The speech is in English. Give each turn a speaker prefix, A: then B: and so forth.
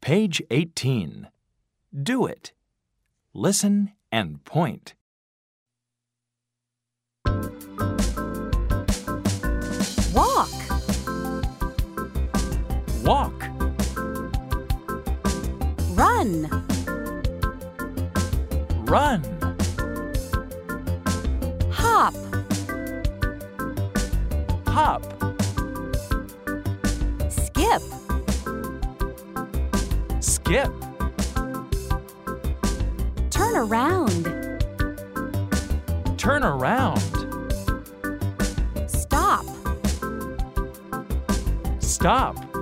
A: Page 18. Do it. Listen and point.
B: Walk.
A: Walk.
B: Run.
A: Run.
B: Hop.
A: Hop.
B: Skip.
A: Skip.
B: Turn around.
A: Turn around.
B: Stop.
A: Stop.